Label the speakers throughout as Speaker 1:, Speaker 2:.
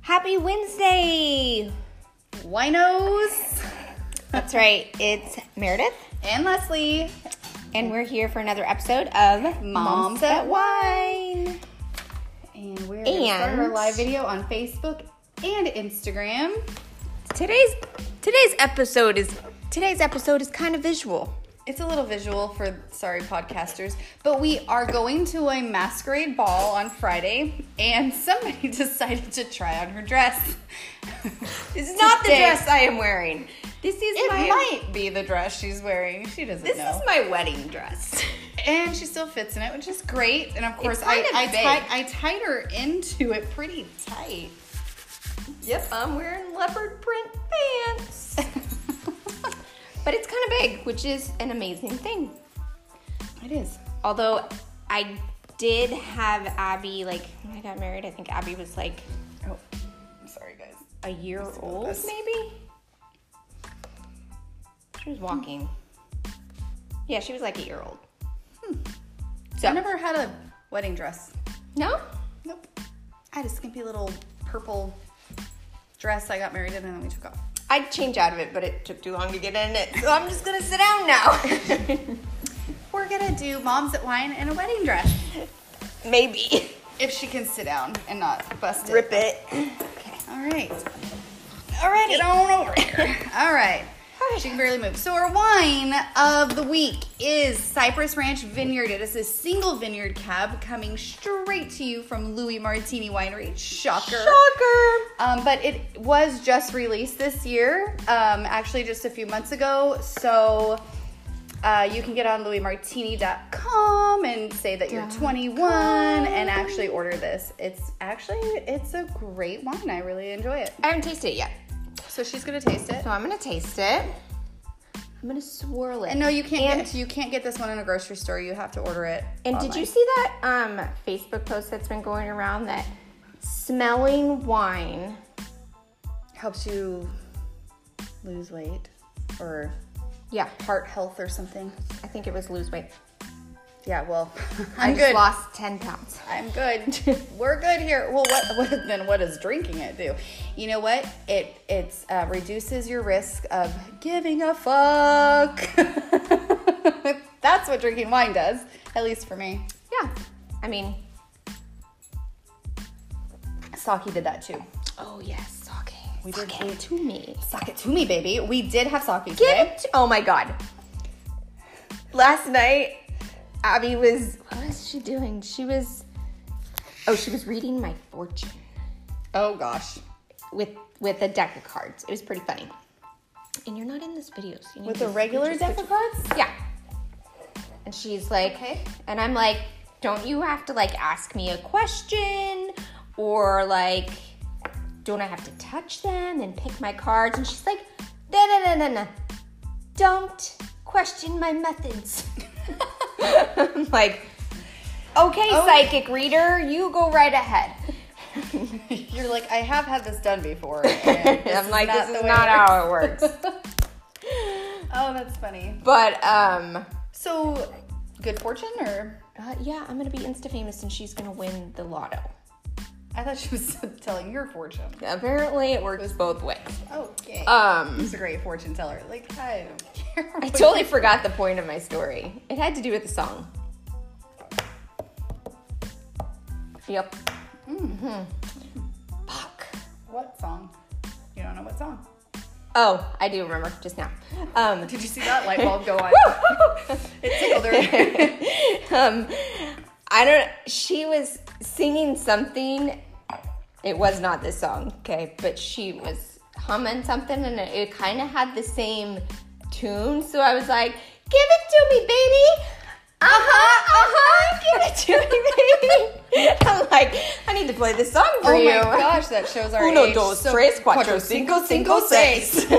Speaker 1: Happy Wednesday!
Speaker 2: Winos
Speaker 1: That's right, it's Meredith,
Speaker 2: and Leslie.
Speaker 1: and we're here for another episode of
Speaker 2: Moms
Speaker 1: That
Speaker 2: That
Speaker 1: Wine.
Speaker 2: And we're gonna start our
Speaker 1: And-
Speaker 2: live video on Facebook and Instagram.
Speaker 1: Today's today's episode is today's episode is kind of visual.
Speaker 2: It's a little visual for sorry podcasters, but we are going to a masquerade ball on Friday, and somebody decided to try on her dress.
Speaker 1: This is not the
Speaker 2: Today.
Speaker 1: dress I am wearing. This is
Speaker 2: It
Speaker 1: my
Speaker 2: might be the dress she's wearing. She doesn't
Speaker 1: this
Speaker 2: know.
Speaker 1: is my wedding dress.
Speaker 2: and she still fits in it, which is great. And of course, I
Speaker 1: kind of
Speaker 2: I,
Speaker 1: big.
Speaker 2: tie, I tied her into it pretty tight.
Speaker 1: yep, I'm wearing leopard print pants. but it's kind of big, which is an amazing thing.
Speaker 2: It is.
Speaker 1: Although I did have Abby, like when I got married, I think Abby was like
Speaker 2: Oh, I'm sorry, guys.
Speaker 1: a year old,
Speaker 2: this.
Speaker 1: maybe. She was walking. Yeah, she was like a year old.
Speaker 2: I never had a wedding dress.
Speaker 1: No?
Speaker 2: Nope. I had a skimpy little purple dress I got married in, and then we took off.
Speaker 1: I'd change out of it, but it took too long to get in it, so I'm just gonna sit down now.
Speaker 2: We're gonna do moms at wine and a wedding dress
Speaker 1: maybe.
Speaker 2: if she can sit down and not bust it.
Speaker 1: Rip it.
Speaker 2: All right. All right. Get on over here. All right. She can barely move. So our wine of the week is Cypress Ranch Vineyard. It is a single vineyard cab coming straight to you from Louis Martini Winery. Shocker.
Speaker 1: Shocker.
Speaker 2: Um, but it was just released this year, um, actually just a few months ago. So uh, you can get on louismartini.com and say that you're 21 and actually order this. It's actually it's a great wine. I really enjoy it.
Speaker 1: I haven't tasted it yet,
Speaker 2: So she's gonna taste it.
Speaker 1: so I'm gonna taste it. I'm gonna swirl it.
Speaker 2: And uh, no, you can't
Speaker 1: And-
Speaker 2: get you can't get this one in a grocery store. You have to order it.
Speaker 1: And did you see that um, Facebook post that's been going around that smelling wine?
Speaker 2: helps you lose weight or
Speaker 1: Yeah,
Speaker 2: heart health or something?
Speaker 1: I think it was lose weight.
Speaker 2: Yeah, well,
Speaker 1: I
Speaker 2: I'm
Speaker 1: just
Speaker 2: good.
Speaker 1: lost 10 pounds.
Speaker 2: I'm good. We're good here. Well, what, what then? What does drinking it do? You know what? It it uh, reduces your risk of giving a fuck. That's what drinking wine does, at least for me.
Speaker 1: Yeah. I mean,
Speaker 2: Saki did that too.
Speaker 1: oh yes, sake. We
Speaker 2: did
Speaker 1: sake it to me.
Speaker 2: Sock it to me, baby. We did have sake
Speaker 1: Give
Speaker 2: today.
Speaker 1: it to- oh my god. Last night, Abby was, what was she doing? She was, oh, she was reading my fortune.
Speaker 2: Oh gosh,
Speaker 1: with with a deck of cards. It was pretty funny. And you're not in this video. So you need
Speaker 2: with
Speaker 1: to
Speaker 2: a regular deck of cards.
Speaker 1: Yeah. And she's like,
Speaker 2: Okay.
Speaker 1: and I'm like, don't you have to like ask me a question or like, don't I have to touch them and pick my cards? And she's like, no, no, no, no, no. Don't question my methods. I'm like, okay,
Speaker 2: Oh.
Speaker 1: psychic reader, you go right ahead.
Speaker 2: You're like, I have had this done before. and this
Speaker 1: I'm like,
Speaker 2: not
Speaker 1: this
Speaker 2: the
Speaker 1: is
Speaker 2: way
Speaker 1: not
Speaker 2: it works."
Speaker 1: how it works.
Speaker 2: Oh, that's funny.
Speaker 1: But um,
Speaker 2: So, good fortune or?
Speaker 1: uh, yeah, I'm gonna be insta famous, and she's gonna win the lotto.
Speaker 2: I thought she was telling your fortune.
Speaker 1: Apparently, it works both ways.
Speaker 2: Okay.
Speaker 1: Um,
Speaker 2: She's a great fortune teller. Like, I don't care.
Speaker 1: I
Speaker 2: what-
Speaker 1: totally forgot the point of my story. It had to do with the song. Yep. Mm-hmm. Fuck.
Speaker 2: What song? You don't know what song.
Speaker 1: Oh, I do remember just now. Um,
Speaker 2: Did you see that light bulb go on? it tickled her.
Speaker 1: um, I don't. She was singing something. It was not this song, okay, but she was humming something, and it, it kind of had the same tune. So I was like, "Give it to me, baby." Uh huh. Uh huh. Give it to me, baby. I'm like, I need to play this song for
Speaker 2: Oh
Speaker 1: you.
Speaker 2: my gosh, that shows our
Speaker 1: Uno,
Speaker 2: age.
Speaker 1: dos,
Speaker 2: so-
Speaker 1: tres, cuatro, cinco, cinco, seis.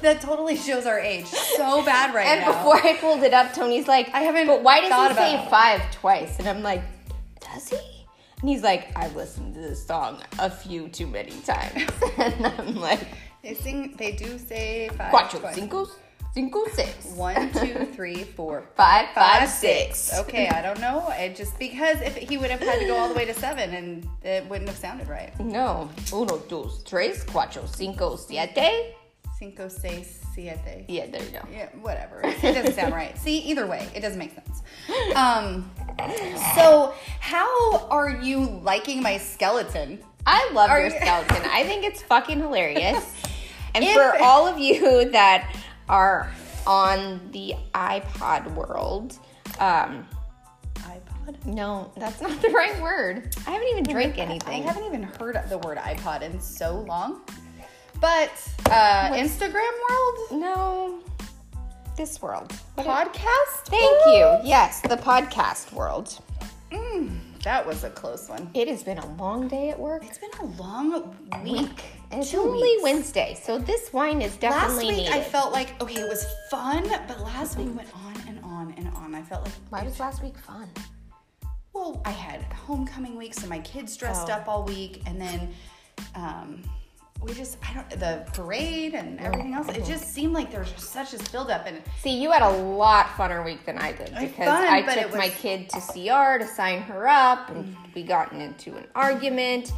Speaker 2: That totally shows our age so bad right
Speaker 1: And
Speaker 2: now.
Speaker 1: before I pulled it up, Tony's like,
Speaker 2: I haven't
Speaker 1: But why does
Speaker 2: thought
Speaker 1: he say
Speaker 2: about it."
Speaker 1: five twice? And I'm like, does he? And he's like, I've listened to this song a few too many times. and I'm like,
Speaker 2: they sing, they do say five.
Speaker 1: Cuatro
Speaker 2: twice.
Speaker 1: cinco, Cinco, six.
Speaker 2: One, two, three, four,
Speaker 1: Five,
Speaker 2: five, Oh.
Speaker 1: five, six.
Speaker 2: Okay, I don't know. It just because if he would have had to go all the way to seven, and it wouldn't have sounded right.
Speaker 1: No. Uno, dos, tres, cuatro, cinco, siete.
Speaker 2: Cinco, seis, siete.
Speaker 1: Yeah, there you go.
Speaker 2: Yeah, whatever. It doesn't sound right. See, either way, it doesn't make sense. Um, so how are you liking my skeleton?
Speaker 1: I love
Speaker 2: Are
Speaker 1: your
Speaker 2: you-
Speaker 1: skeleton. I think it's fucking hilarious. and
Speaker 2: If-
Speaker 1: for all of you that are on the iPod world, um,
Speaker 2: iPod.
Speaker 1: no, that's not the right word. I haven't even drank
Speaker 2: I
Speaker 1: anything.
Speaker 2: haven't even heard the word iPod in so long. But uh, Instagram world,
Speaker 1: No, this world. What a-
Speaker 2: podcast.
Speaker 1: Thank you. Yes, the podcast world.
Speaker 2: That was a close one.
Speaker 1: It has been a long day at work.
Speaker 2: It's been a long week.
Speaker 1: And it's
Speaker 2: Two
Speaker 1: only
Speaker 2: weeks.
Speaker 1: Wednesday, so this wine is
Speaker 2: Last
Speaker 1: definitely
Speaker 2: week
Speaker 1: needed.
Speaker 2: I felt like okay, it was fun, but last week went on and on and on. I felt like
Speaker 1: Why was last week fun?
Speaker 2: well, I had homecoming week, so my kids dressed
Speaker 1: Oh.
Speaker 2: up all week, and then um, we just I don't the parade and everything else. It just seemed like there was just such a buildup, and
Speaker 1: See, you had a lot funner week than I did
Speaker 2: I
Speaker 1: because
Speaker 2: fun,
Speaker 1: I
Speaker 2: but
Speaker 1: took
Speaker 2: it was-
Speaker 1: my kid to CR to sign her up, and we gotten into an argument.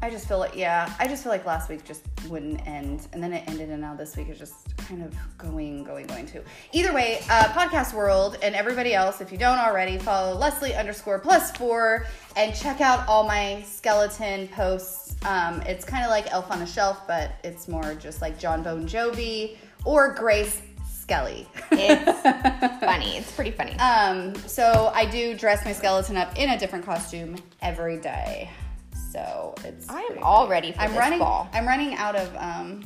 Speaker 2: I just feel like yeah, I just feel like last week just wouldn't end, and then it ended, and now this week is just kind of going, going, going too. Either way, uh, podcast world and everybody else, if you don't already, follow Leslie underscore plus four and check out all my skeleton posts. Um, it's kind of like Elf on a Shelf, but it's more just like John Bon Jovi or Grace Skelly.
Speaker 1: It's funny. It's pretty funny.
Speaker 2: Um, so I do dress my skeleton up in a different costume every day. So it's.
Speaker 1: I am
Speaker 2: pretty
Speaker 1: all
Speaker 2: funny.
Speaker 1: ready for
Speaker 2: I'm
Speaker 1: this
Speaker 2: running.
Speaker 1: fall.
Speaker 2: I'm running out of um,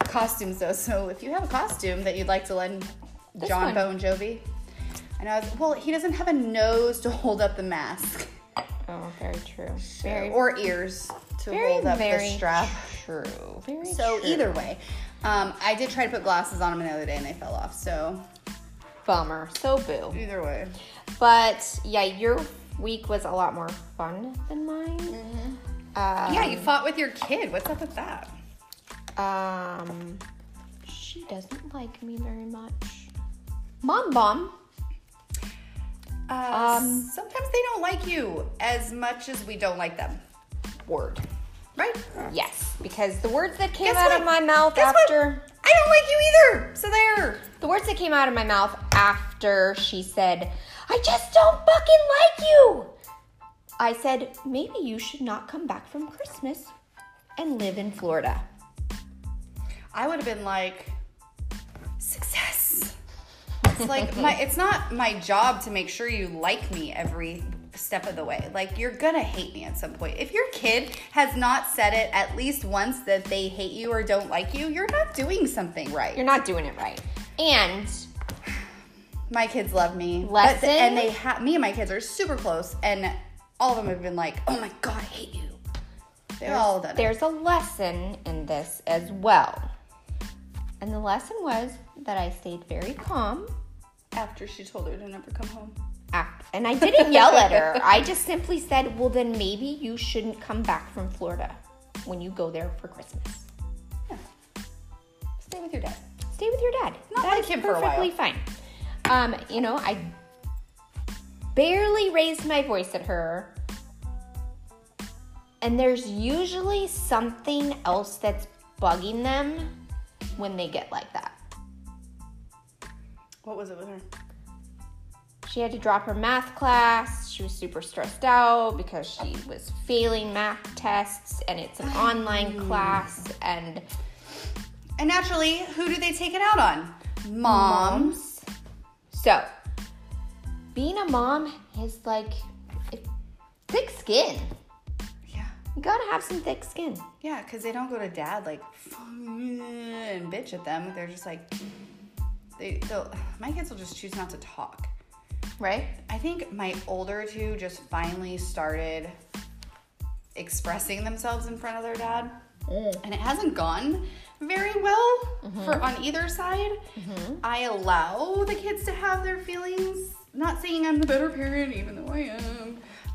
Speaker 2: costumes though. So if you have a costume that you'd like to lend
Speaker 1: one.
Speaker 2: John Bon Jovi, I know. I was, well, he doesn't have a nose to hold up the mask,
Speaker 1: oh, very true. Very,
Speaker 2: or ears to
Speaker 1: very,
Speaker 2: hold up
Speaker 1: very
Speaker 2: the strap.
Speaker 1: true. Very
Speaker 2: So
Speaker 1: true.
Speaker 2: either way, um, I did try to put glasses on him the other day and they fell off. So
Speaker 1: bummer. So boo.
Speaker 2: either way,
Speaker 1: But yeah, your week was a lot more fun than mine. Uh,
Speaker 2: yeah, you fought with your kid. What's up with that?
Speaker 1: Um, she doesn't like me very much. Mom, bomb.
Speaker 2: Uh,
Speaker 1: Um,
Speaker 2: sometimes they don't like you as much as we don't like them,
Speaker 1: Word.
Speaker 2: right?
Speaker 1: Yes, because the words that came
Speaker 2: Guess
Speaker 1: out
Speaker 2: what?
Speaker 1: of my mouth
Speaker 2: Guess what?
Speaker 1: after
Speaker 2: I don't like you either. So there.
Speaker 1: the words that came out of my mouth after she said, "I just don't fucking like you." I said, "Maybe you should not come back from Christmas and live in Florida."
Speaker 2: I would have been like, success. It's like my. It's not my job to make sure you like me every step of the way. Like you're gonna hate me at some point. If your kid has not said it at least once that they hate you or don't like you, you're not doing something right.
Speaker 1: You're not doing it right. And
Speaker 2: my kids love me.
Speaker 1: Lesson?
Speaker 2: But- and they have me and my kids are super close, and all of them have been like, "Oh my god, I hate you." They're all done. it.
Speaker 1: there's a lesson in this as well. And the lesson was that I stayed very calm
Speaker 2: after she told her to never come home.
Speaker 1: act. And I didn't yell at her. I just simply said, well, then maybe you shouldn't come back from Florida when you go there for Christmas.
Speaker 2: Yeah. Stay with your dad.
Speaker 1: Stay with your dad.
Speaker 2: Not
Speaker 1: That
Speaker 2: like
Speaker 1: is
Speaker 2: him for a while.
Speaker 1: perfectly fine. Um, you know, I barely raised my voice at her. And there's usually something else that's bugging them when they get like that.
Speaker 2: What was it with her?
Speaker 1: She had to drop her math class. She was super stressed out because she was failing math tests and it's an online class and
Speaker 2: And naturally, who do they take it out on? Moms.
Speaker 1: so being a mom is like it- thick skin.
Speaker 2: Yeah.
Speaker 1: You got to have some thick skin.
Speaker 2: Yeah, because they don't go to dad like and bitch at them. They're just like they. They'll, my kids will just choose not to talk.
Speaker 1: Right?
Speaker 2: I think my older two just finally started expressing themselves in front of their dad. And it hasn't gone very well for on either side. I allow the kids to have their feelings. Not saying I'm the better parent, even though I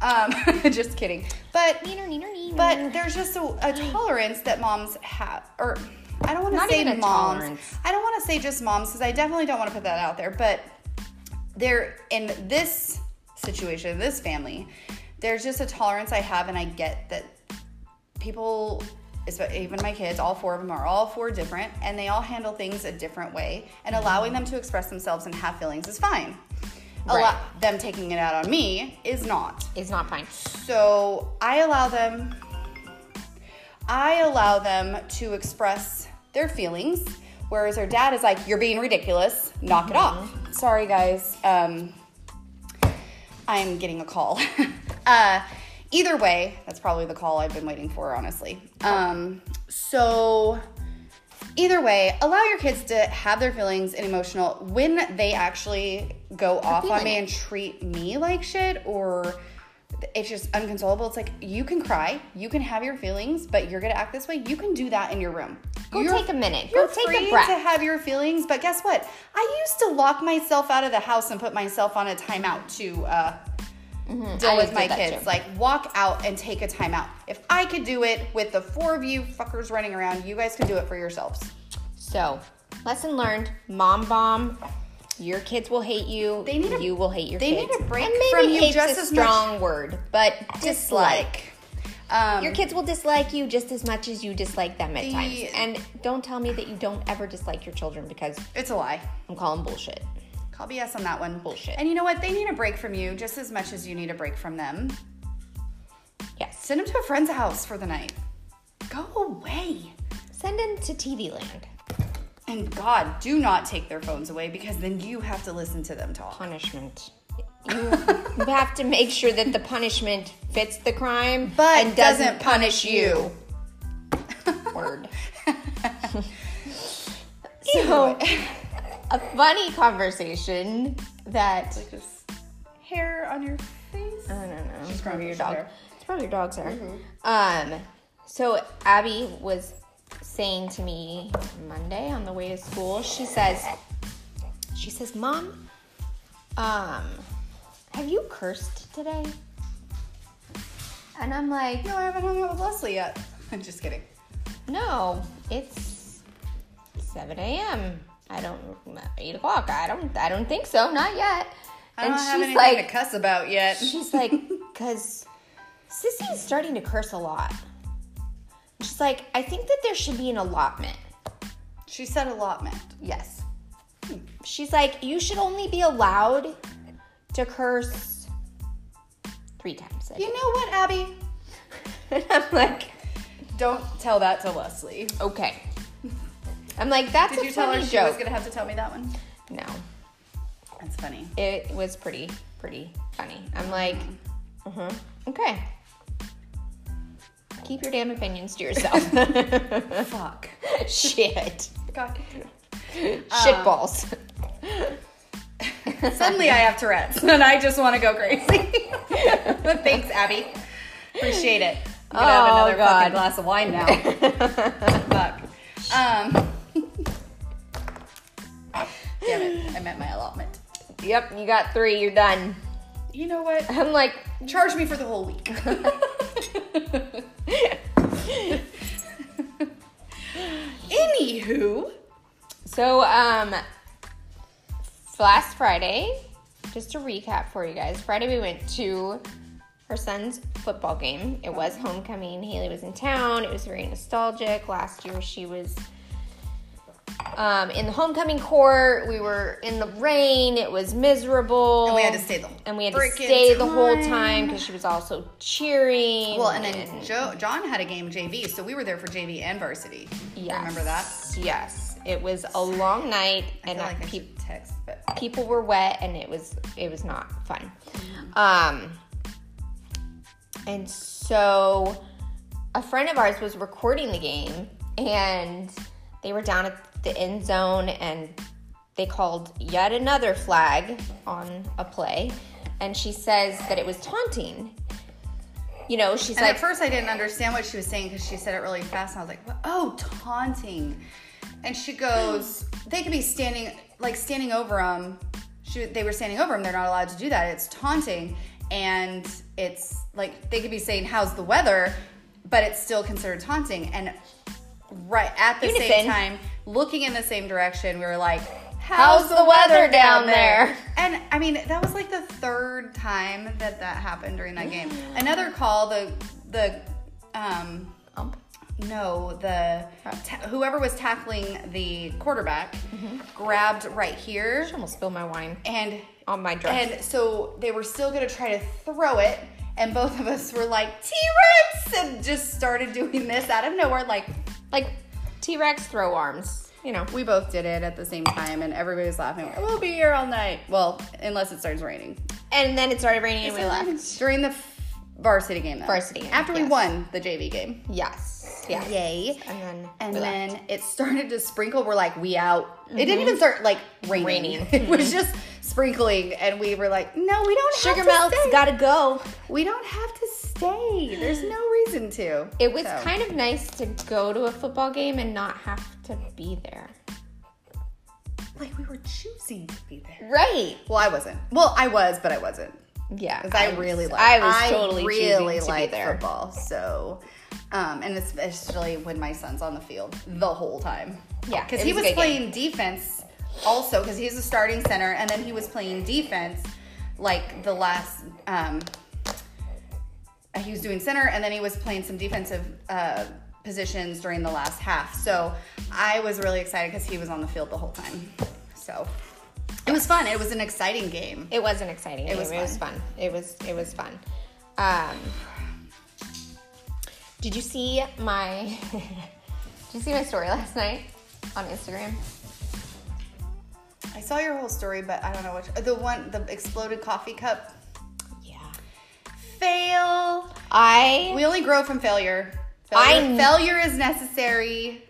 Speaker 2: am. Um, just kidding. But
Speaker 1: Neener, neener, neener.
Speaker 2: but there's just a, a tolerance that moms have, or I don't want
Speaker 1: Not
Speaker 2: to say
Speaker 1: even a
Speaker 2: moms.
Speaker 1: tolerance.
Speaker 2: I don't want to say just moms because I definitely don't want to put that out there. But there, in this situation, this family, there's just a tolerance I have, and I get that people, espe- even my kids, all four of them are all four different, and they all handle things a different way. And allowing them to express themselves and have feelings is fine. A
Speaker 1: Right.
Speaker 2: lot them taking it out on me is not.
Speaker 1: It's not fine.
Speaker 2: So I allow them. I allow them to express their feelings, whereas her dad is like, "You're being ridiculous. Knock it off." Sorry, guys. Um, I'm getting a call. uh, either way, that's probably the call I've been waiting for, honestly. Um, so, either way, allow your kids to have their feelings and emotional when they actually go off on
Speaker 1: feeling
Speaker 2: me
Speaker 1: it.
Speaker 2: and treat me like shit or it's just unconsolable. It's like you can cry, you can have your feelings, but you're gonna act this way. You can do that in your room.
Speaker 1: Go
Speaker 2: You're-
Speaker 1: take a minute. Go
Speaker 2: You're
Speaker 1: take
Speaker 2: free
Speaker 1: a breath.
Speaker 2: to have your feelings, but guess what? I used to lock myself out of the house and put myself on a timeout to uh, deal
Speaker 1: Mm-hmm. I
Speaker 2: with
Speaker 1: did
Speaker 2: my
Speaker 1: that
Speaker 2: kids.
Speaker 1: too.
Speaker 2: Like walk out and take a timeout. If I could do it with the four of you fuckers running around, you guys can do it for yourselves.
Speaker 1: So, lesson learned, mom bomb. Your kids will hate you.
Speaker 2: They need a-
Speaker 1: you will hate your
Speaker 2: they need
Speaker 1: kids.
Speaker 2: a break
Speaker 1: and maybe
Speaker 2: from you
Speaker 1: hate's
Speaker 2: just
Speaker 1: a
Speaker 2: as much-
Speaker 1: strong word, but dislike.
Speaker 2: Um,
Speaker 1: Your kids will dislike you just as much as you dislike them at
Speaker 2: The-
Speaker 1: times. And don't tell me that you don't ever dislike your children because
Speaker 2: it's a lie.
Speaker 1: I'm calling bullshit.
Speaker 2: Call BS on that one.
Speaker 1: Bullshit.
Speaker 2: And you know what? They need a break from you just as much as you need a break from them.
Speaker 1: Yes.
Speaker 2: Send them to a friend's house for the night. Go away.
Speaker 1: Send them to TV land.
Speaker 2: And God, do not take their phones away because then you have to listen to them talk.
Speaker 1: Punishment. You, you have to make sure that the punishment fits the crime
Speaker 2: But
Speaker 1: and doesn't
Speaker 2: doesn't punish
Speaker 1: punish you. Word.
Speaker 2: So
Speaker 1: So, a funny conversation that
Speaker 2: Just hair on your face.
Speaker 1: I don't know.
Speaker 2: She's probably Mm-hmm. your
Speaker 1: dog.
Speaker 2: dog.
Speaker 1: It's probably your dog's hair. Um, so Abby was saying to me Monday on the way to school. She says, she says, Mom, um, have you cursed today? And I'm like,
Speaker 2: No, I haven't hung out with Leslie yet. I'm just kidding.
Speaker 1: No, it's 7 a.m. I don't 8 o'clock. I don't I don't think so. Not yet.
Speaker 2: I
Speaker 1: and
Speaker 2: don't have
Speaker 1: she's
Speaker 2: anything
Speaker 1: like,
Speaker 2: to cuss about yet.
Speaker 1: She's like, because Sissy's starting to curse a lot. She's like, I think that there should be an allotment.
Speaker 2: She said allotment.
Speaker 1: Yes. She's like, you should only be allowed to curse three times. a
Speaker 2: You
Speaker 1: day."
Speaker 2: know what, Abby?
Speaker 1: and I'm like,
Speaker 2: Don't tell that to Leslie.
Speaker 1: okay. I'm like, that's
Speaker 2: Did
Speaker 1: a
Speaker 2: you tell her
Speaker 1: funny
Speaker 2: she was
Speaker 1: joke.
Speaker 2: gonna have to tell me that one?
Speaker 1: no,
Speaker 2: That's funny.
Speaker 1: it was pretty, pretty funny. I'm like, uh-huh, okay. Keep your damn opinions to yourself.
Speaker 2: Fuck.
Speaker 1: Shit.
Speaker 2: God.
Speaker 1: Shit balls.
Speaker 2: Um, Suddenly I have Tourette's and I just want to go crazy. but thanks, Abby. Appreciate it. I'm gonna have
Speaker 1: Oh,
Speaker 2: another
Speaker 1: God.
Speaker 2: fucking glass of wine now. Fuck. Um. Damn it! I meant my allotment.
Speaker 1: Yep, you got three, you're done.
Speaker 2: You know what?
Speaker 1: I'm like,
Speaker 2: Charge me for the whole week. Anywho,
Speaker 1: so, um, last Friday, just to recap for you guys, Friday we went to her son's football game. It was homecoming. Haley was in town. It was very nostalgic. Last year she was um, in the homecoming court. We were in the rain. It was miserable.
Speaker 2: And we had to stay the whole
Speaker 1: And we had to
Speaker 2: frickin'
Speaker 1: stay the whole
Speaker 2: time.
Speaker 1: time because she was also cheering.
Speaker 2: well, and then Joe, John had a game JV, so we were there for JV and varsity.
Speaker 1: Yes.
Speaker 2: Remember that?
Speaker 1: Yes. It was a long night
Speaker 2: I
Speaker 1: and
Speaker 2: feel like I
Speaker 1: uh, pe-
Speaker 2: should text, but
Speaker 1: people were wet and it was it was not fun. Um and so a friend of ours was recording the game and they were down at the end zone and they called yet another flag on a play and she says that it was taunting. You know, she's
Speaker 2: And
Speaker 1: like
Speaker 2: at first, I didn't understand what she was saying because she said it really fast, and I was like, "What? "Oh, taunting." And she goes, "They could be standing, like standing over them. She, they were standing over them. They're not allowed to do that. It's taunting, and it's like they could be saying, "How's the weather?" But it's still considered taunting. And right at the same
Speaker 1: Unison.
Speaker 2: time, looking in the same direction. We were like,
Speaker 1: How's the weather down there?
Speaker 2: And I mean, that was like the third time that that happened during that game.
Speaker 1: Mm.
Speaker 2: Another call, the the um
Speaker 1: Ump.
Speaker 2: no, the ta- whoever was tackling the quarterback
Speaker 1: Mm-hmm.
Speaker 2: grabbed right here
Speaker 1: I almost spilled my wine
Speaker 2: and
Speaker 1: on my dress.
Speaker 2: and so they were still gonna try to throw it, and both of us were like T-Rex, and just started doing this out of nowhere. Like
Speaker 1: like T Rex throw arms, you know.
Speaker 2: we both did it at the same time, and everybody was laughing. We'll be here all night. Well, unless it starts raining.
Speaker 1: And then it started raining and we left.
Speaker 2: during the varsity game. Though.
Speaker 1: Varsity game,
Speaker 2: After we
Speaker 1: yes.
Speaker 2: won the JV game.
Speaker 1: Yes. Yes.
Speaker 2: Yay.
Speaker 1: And then
Speaker 2: And
Speaker 1: we left. Mm-hmm.
Speaker 2: then it started to sprinkle. We're like, we out. It didn't even start like raining.
Speaker 1: Raining. Mm-hmm.
Speaker 2: it was just sprinkling, and we were like, no, we don't.
Speaker 1: Sugar
Speaker 2: have to
Speaker 1: melt's
Speaker 2: stay.
Speaker 1: gotta go.
Speaker 2: We don't have to stay. There's no reason to.
Speaker 1: It was
Speaker 2: So,
Speaker 1: kind of nice to go to a football game and not have to be there.
Speaker 2: like we were choosing to be there.
Speaker 1: Right.
Speaker 2: Well, I wasn't. Well, I was, but I wasn't.
Speaker 1: Yeah.
Speaker 2: 'Cause I, really like.
Speaker 1: I was totally
Speaker 2: really
Speaker 1: choosing to
Speaker 2: like
Speaker 1: be there.
Speaker 2: football. So, um, and especially when my son's on the field the whole time.
Speaker 1: Yeah,
Speaker 2: because
Speaker 1: it
Speaker 2: he
Speaker 1: was a
Speaker 2: was
Speaker 1: good
Speaker 2: playing defense also because he's a starting center, and then he was playing defense like the last. Um, uh, he was doing center, and then he was playing some defensive. Uh, positions during the last half. So I was really excited because he was on the field the whole time. So it was fun. It was an exciting game.
Speaker 1: It was an exciting game.
Speaker 2: was
Speaker 1: it was fun. It was it was fun. Um, did you see my Did you see my story last night on Instagram?
Speaker 2: I saw your whole story, but I don't know which. The one, the exploded coffee cup.
Speaker 1: Yeah.
Speaker 2: Fail.
Speaker 1: I
Speaker 2: We only grow from failure.
Speaker 1: I
Speaker 2: Failure,
Speaker 1: kn-
Speaker 2: failure is necessary.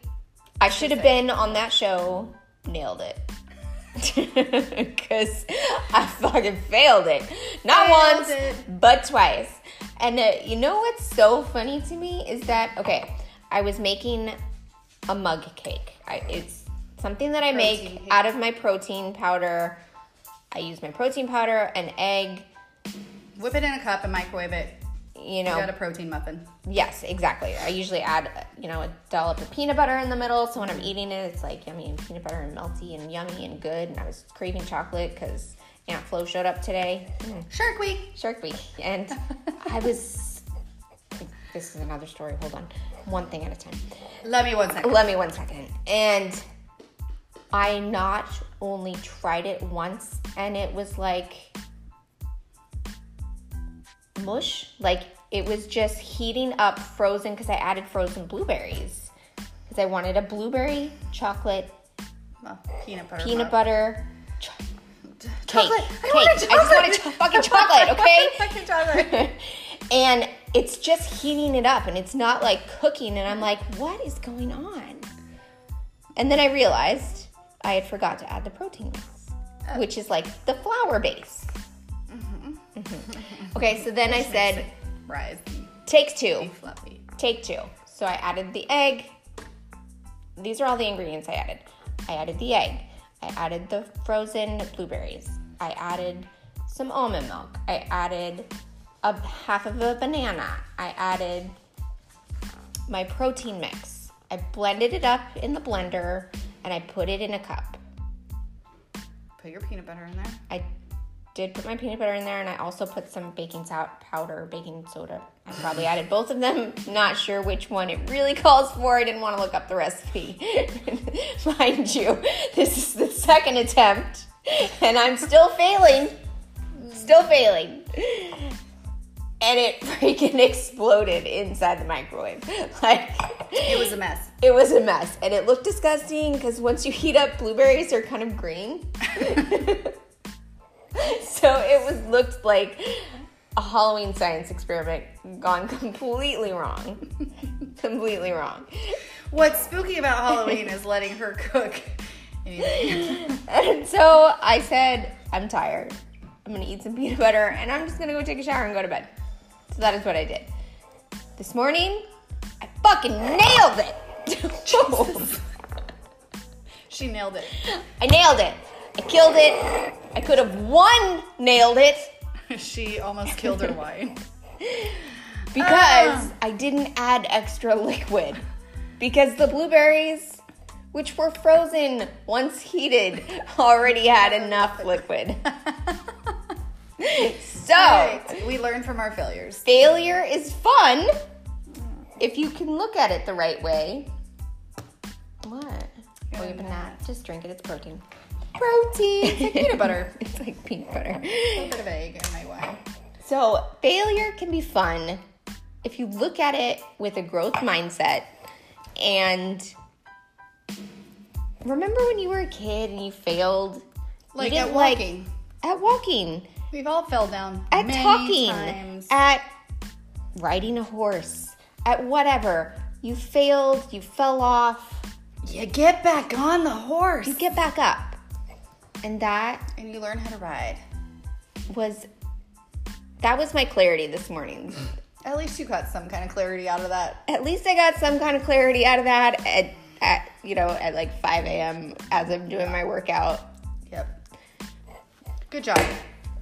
Speaker 1: I should have been on that show. Nailed it. Because I fucking failed it. Not
Speaker 2: Failed
Speaker 1: once,
Speaker 2: it.
Speaker 1: but twice. And uh, you know what's so funny to me is that, okay, I was making a mug cake. I, it's something that I
Speaker 2: Protein
Speaker 1: make
Speaker 2: cake.
Speaker 1: out of my protein powder. I use my protein powder, an egg,
Speaker 2: Whip it in a cup and microwave it.
Speaker 1: you
Speaker 2: You
Speaker 1: know,
Speaker 2: got a protein muffin.
Speaker 1: Yes, exactly. I usually add, you know, a dollop of peanut butter in the middle. So when I'm eating it, it's like yummy and peanut butter and melty and yummy and good. And I was craving chocolate because Aunt Flo showed up today, Mm,
Speaker 2: Shark Week.
Speaker 1: Shark Week. And I was, this is another story. Hold on. One thing at a time.
Speaker 2: Let me one second.
Speaker 1: Let me one second. And I not only tried it once and it was like mush. Like it was just heating up frozen because I added frozen blueberries. Because I wanted a blueberry chocolate
Speaker 2: Well, Oh, peanut butter.
Speaker 1: peanut butter cho-
Speaker 2: butter.
Speaker 1: cake.
Speaker 2: Chocolate.
Speaker 1: cake. I just wanted cho- fucking chocolate, okay?
Speaker 2: fucking chocolate.
Speaker 1: and it's just heating it up and it's not like cooking and i'm like what is going on and then i realized i had forgot to add the protein mix which is like the flour base Mhm. okay so then i said
Speaker 2: Rise.
Speaker 1: take two
Speaker 2: Be fluffy.
Speaker 1: take two so i added the egg these are all the ingredients i added i added the egg i added the frozen blueberries i added some almond milk i added a half of a banana i added my protein mix i blended it up in the blender and i put it in a cup
Speaker 2: Put your peanut butter in there.
Speaker 1: i did put my peanut butter in there and i also put some baking sou- powder baking soda i probably added both of them not sure which one it really calls for i didn't want to look up the recipe mind you this is the second attempt and i'm still failing still failing and it freaking exploded inside the microwave like
Speaker 2: It was a mess.
Speaker 1: it was a mess and it looked disgusting because once you heat up blueberries they're kind of green so it was looked like a halloween science experiment gone completely wrong completely wrong
Speaker 2: What's spooky about Halloween is letting her cook anything.
Speaker 1: and so i said i'm tired i'm gonna eat some peanut butter and i'm just gonna go take a shower and go to bed so that is what i did this morning i fucking nailed it
Speaker 2: She nailed it.
Speaker 1: I nailed it. I killed it. I could have won, nailed it,
Speaker 2: she almost killed her wine.
Speaker 1: Ah. because I didn't add extra liquid. because the blueberries, which were frozen once heated, already had enough liquid. so,
Speaker 2: Right. We learn from our failures.
Speaker 1: failure is fun if you can look at it the right way. What? Oh,
Speaker 2: You're
Speaker 1: you're banana. Just drink it. It's protein.
Speaker 2: Protein. It's like peanut butter.
Speaker 1: it's like peanut butter.
Speaker 2: A little bit of egg in my wine.
Speaker 1: So, failure can be fun if you look at it with a growth mindset. And remember when you were a kid and you failed?
Speaker 2: Like
Speaker 1: didn't
Speaker 2: at
Speaker 1: like-
Speaker 2: walking.
Speaker 1: At walking,
Speaker 2: We've all fell down
Speaker 1: at
Speaker 2: many
Speaker 1: talking,
Speaker 2: times.
Speaker 1: at riding a horse, at whatever. You failed, you fell off,
Speaker 2: you get back on the horse.
Speaker 1: you get back up. And that
Speaker 2: and you learn how to ride.
Speaker 1: was that was my clarity this morning.
Speaker 2: At least you got some kind of clarity out of that.
Speaker 1: at least I got some kind of clarity out of that at, at you know at like 5 a.m. as I'm doing my workout
Speaker 2: Yep. Good job.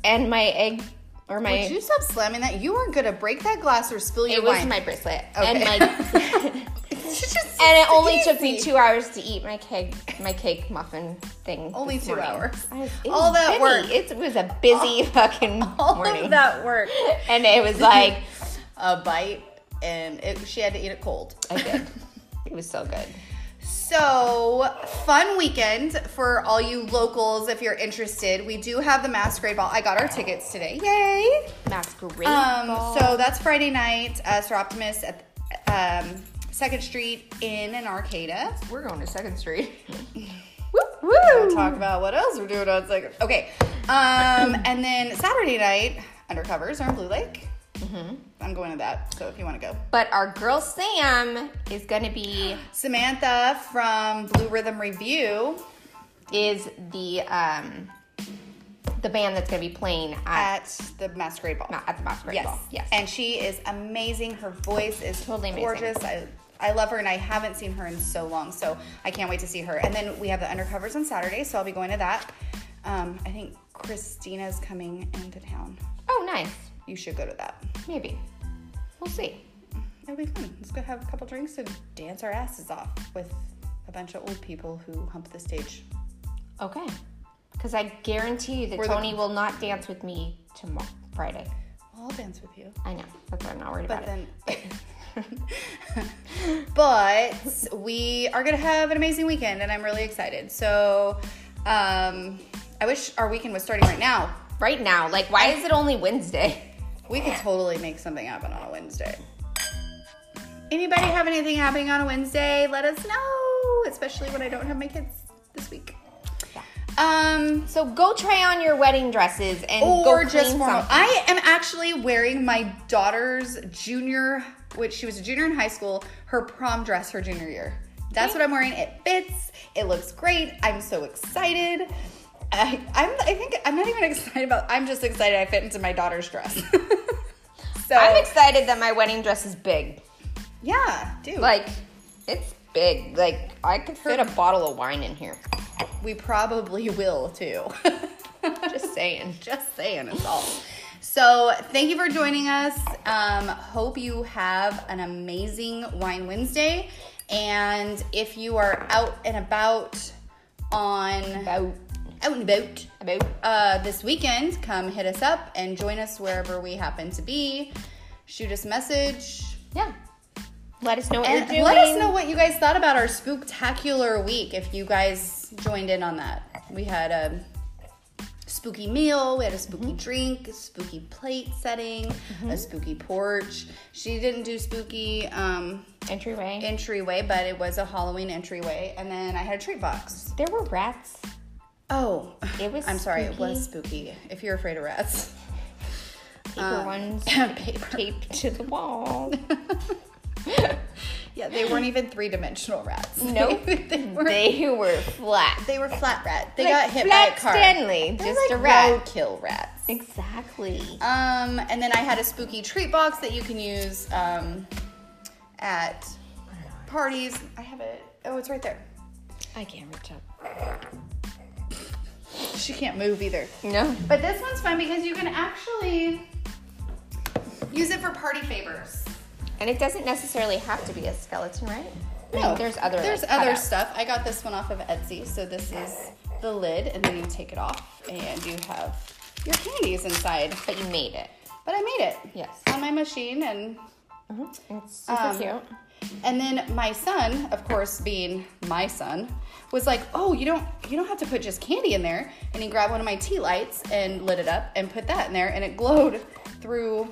Speaker 1: and my egg or
Speaker 2: Would
Speaker 1: my
Speaker 2: you stop slamming that? You weren't gonna break that glass or spill your
Speaker 1: it was
Speaker 2: wine.
Speaker 1: my bracelet and
Speaker 2: Okay.
Speaker 1: my
Speaker 2: It's just-
Speaker 1: and it only took me
Speaker 2: easy.
Speaker 1: two hours to eat my cake my cake muffin thing.
Speaker 2: Only
Speaker 1: this
Speaker 2: two
Speaker 1: morning.
Speaker 2: hours.
Speaker 1: I was- it
Speaker 2: All
Speaker 1: was
Speaker 2: that
Speaker 1: busy.
Speaker 2: work.
Speaker 1: It was a busy fucking
Speaker 2: all
Speaker 1: morning.
Speaker 2: of that work.
Speaker 1: And it was like
Speaker 2: a bite, and it, she had to eat it cold.
Speaker 1: I did. It was so good.
Speaker 2: So, fun weekend for all you locals if you're interested. We do have the masquerade ball. I got our tickets today. Yay!
Speaker 1: Masquerade.
Speaker 2: Um,
Speaker 1: ball.
Speaker 2: so that's Friday night, uh, Sir Optimus at um, Second Street Inn in Arcata.
Speaker 1: we're going to Second Street.
Speaker 2: Woo! We'll talk about what else we're doing on Second. Okay, um, and then Saturday night, Undercovers are in Blue Lake. I'm going to that. So if you want to go,
Speaker 1: But our girl Sam is gonna be
Speaker 2: Samantha from Blue Rhythm Review
Speaker 1: is the um the band that's gonna be playing at
Speaker 2: at the Masquerade Ball.
Speaker 1: at the Masquerade
Speaker 2: Yes.
Speaker 1: Ball. Yes.
Speaker 2: And she is amazing. Her voice is
Speaker 1: Totally amazing.
Speaker 2: gorgeous. I, I love her and I haven't seen her in so long. So I can't wait to see her. And then we have the undercovers on Saturday. So I'll be going to that. Um, I think Christina's coming into town.
Speaker 1: oh, nice.
Speaker 2: You should go to that.
Speaker 1: Maybe we'll see.
Speaker 2: It'll be fun. Let's go have a couple drinks and dance our asses off with a bunch of old people who hump the stage.
Speaker 1: Okay. Because I guarantee you that
Speaker 2: We're the-
Speaker 1: Tony will not dance with me tomorrow, Friday.
Speaker 2: Well, I'll dance with you.
Speaker 1: I know. That's why I'm not worried
Speaker 2: But
Speaker 1: about
Speaker 2: then. but we are going to have an amazing weekend, and I'm really excited. So um, I wish our weekend was starting right now.
Speaker 1: it. Right now, like, why is it only Wednesday?
Speaker 2: We could totally make something happen on a Wednesday. Anybody have anything happening on a Wednesday? Let us know, especially when I don't have my kids this week. Um,
Speaker 1: So go try on your wedding dresses and
Speaker 2: or
Speaker 1: go
Speaker 2: just
Speaker 1: clean
Speaker 2: formal.
Speaker 1: something.
Speaker 2: I am actually wearing my daughter's junior, which she was a junior in high school, her prom dress her junior year. That's what I'm wearing. It fits. It looks great. I'm so excited. I, I'm. I think I'm not even excited about. I'm just excited I fit into my daughter's dress. so
Speaker 1: I'm excited that my wedding dress is big.
Speaker 2: yeah, dude.
Speaker 1: Like, it's big. Like, I could fit a bottle of wine in here.
Speaker 2: we probably will too.
Speaker 1: Just saying.
Speaker 2: just saying it's all so thank you for joining us um, hope you have an amazing wine wednesday and if you are out and about on
Speaker 1: About.
Speaker 2: out and about
Speaker 1: About.
Speaker 2: uh, this weekend come hit us up and join us wherever we happen to be shoot us a message
Speaker 1: Yeah. Let us know what
Speaker 2: and
Speaker 1: you're doing.
Speaker 2: let us know what you guys thought about our spooktacular week if you guys joined in on that. We had a spooky meal, we had a spooky
Speaker 1: Mm-hmm.
Speaker 2: drink, a spooky plate setting, a spooky porch. She didn't do spooky um,
Speaker 1: Entryway.
Speaker 2: entryway, but it was a Halloween entryway. And then I had a treat box.
Speaker 1: there were rats.
Speaker 2: Oh,
Speaker 1: It was
Speaker 2: I'm sorry, it was spooky. If you're afraid of rats,
Speaker 1: Paper ones
Speaker 2: paper.
Speaker 1: taped to the wall.
Speaker 2: Yeah, they weren't even three dimensional rats.
Speaker 1: Nope.
Speaker 2: they were.
Speaker 1: they were flat.
Speaker 2: They were flat rat. They
Speaker 1: Like
Speaker 2: got hit by
Speaker 1: Flat
Speaker 2: a car.
Speaker 1: Stanley,
Speaker 2: They're
Speaker 1: just
Speaker 2: like
Speaker 1: a rat.
Speaker 2: Roadkill rats.
Speaker 1: Exactly.
Speaker 2: Um, and then I had a spooky treat box that you can use um, at parties. I have it. Oh, it's right there.
Speaker 1: I can't reach up.
Speaker 2: She can't move either.
Speaker 1: No.
Speaker 2: But this one's fun because you can actually use it for party favors.
Speaker 1: And it doesn't necessarily have to be a skeleton, right?
Speaker 2: No,
Speaker 1: there's other,
Speaker 2: There's
Speaker 1: like,
Speaker 2: other
Speaker 1: cutouts.
Speaker 2: stuff. I got this one off of Etsy, so this is the lid, and then you take it off, and you have your candies inside.
Speaker 1: but you made it.
Speaker 2: But I made it.
Speaker 1: Yes.
Speaker 2: On my machine, and
Speaker 1: It's super
Speaker 2: Um,
Speaker 1: cute.
Speaker 2: and then my son, of course, being my son, was like, "Oh, you don't you don't have to put just candy in there." And he grabbed one of my tea lights and lit it up and put that in there, and it glowed through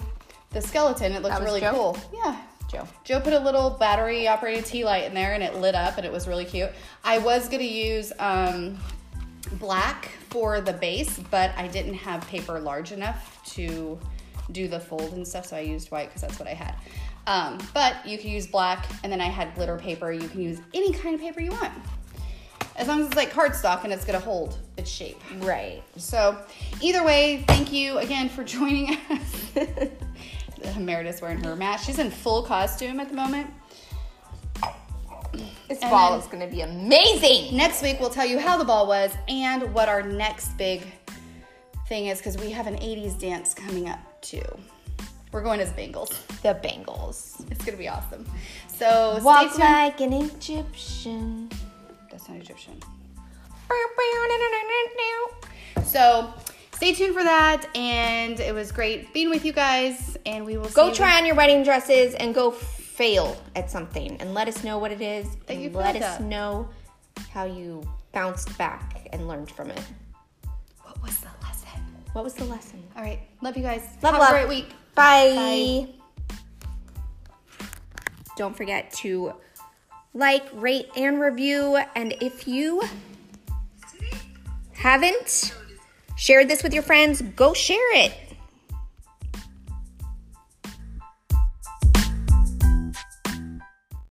Speaker 2: the skeleton. It looked
Speaker 1: was
Speaker 2: really
Speaker 1: Joe?
Speaker 2: cool. Yeah.
Speaker 1: Joe.
Speaker 2: Joe put a little battery operated tea light in there and it lit up and it was really cute. I was gonna use um, black for the base, but I didn't have paper large enough to do the fold and stuff, so I used white because that's what I had. Um, but you can use black, and then I had glitter paper. You can use any kind of paper you want, as long as it's like cardstock and it's gonna hold its shape.
Speaker 1: Right.
Speaker 2: So, either way, thank you again for joining us. Meredith's wearing her mask. She's in full costume at the moment.
Speaker 1: This
Speaker 2: And
Speaker 1: ball
Speaker 2: then-
Speaker 1: is going to be amazing.
Speaker 2: Next week, we'll tell you how the ball was and what our next big thing is because we have an 80s dance coming up too. We're going as Bengals.
Speaker 1: The Bengals.
Speaker 2: It's going to be awesome. So, stay
Speaker 1: Walk
Speaker 2: tuned.
Speaker 1: like an Egyptian.
Speaker 2: That's not Egyptian. So, stay tuned for that. And it was great being with you guys. And we will see
Speaker 1: Go
Speaker 2: you-
Speaker 1: try on your wedding dresses and go fail at something and let us know what it is.
Speaker 2: That you
Speaker 1: and let
Speaker 2: failed
Speaker 1: us
Speaker 2: at.
Speaker 1: know how you bounced back and learned from it.
Speaker 2: What was the lesson?
Speaker 1: What was the lesson?
Speaker 2: All right. Love you guys.
Speaker 1: Love,
Speaker 2: Have
Speaker 1: love.
Speaker 2: a great week.
Speaker 1: Bye. Don't forget to like, rate, and review. And if you haven't shared this with your friends, go share it.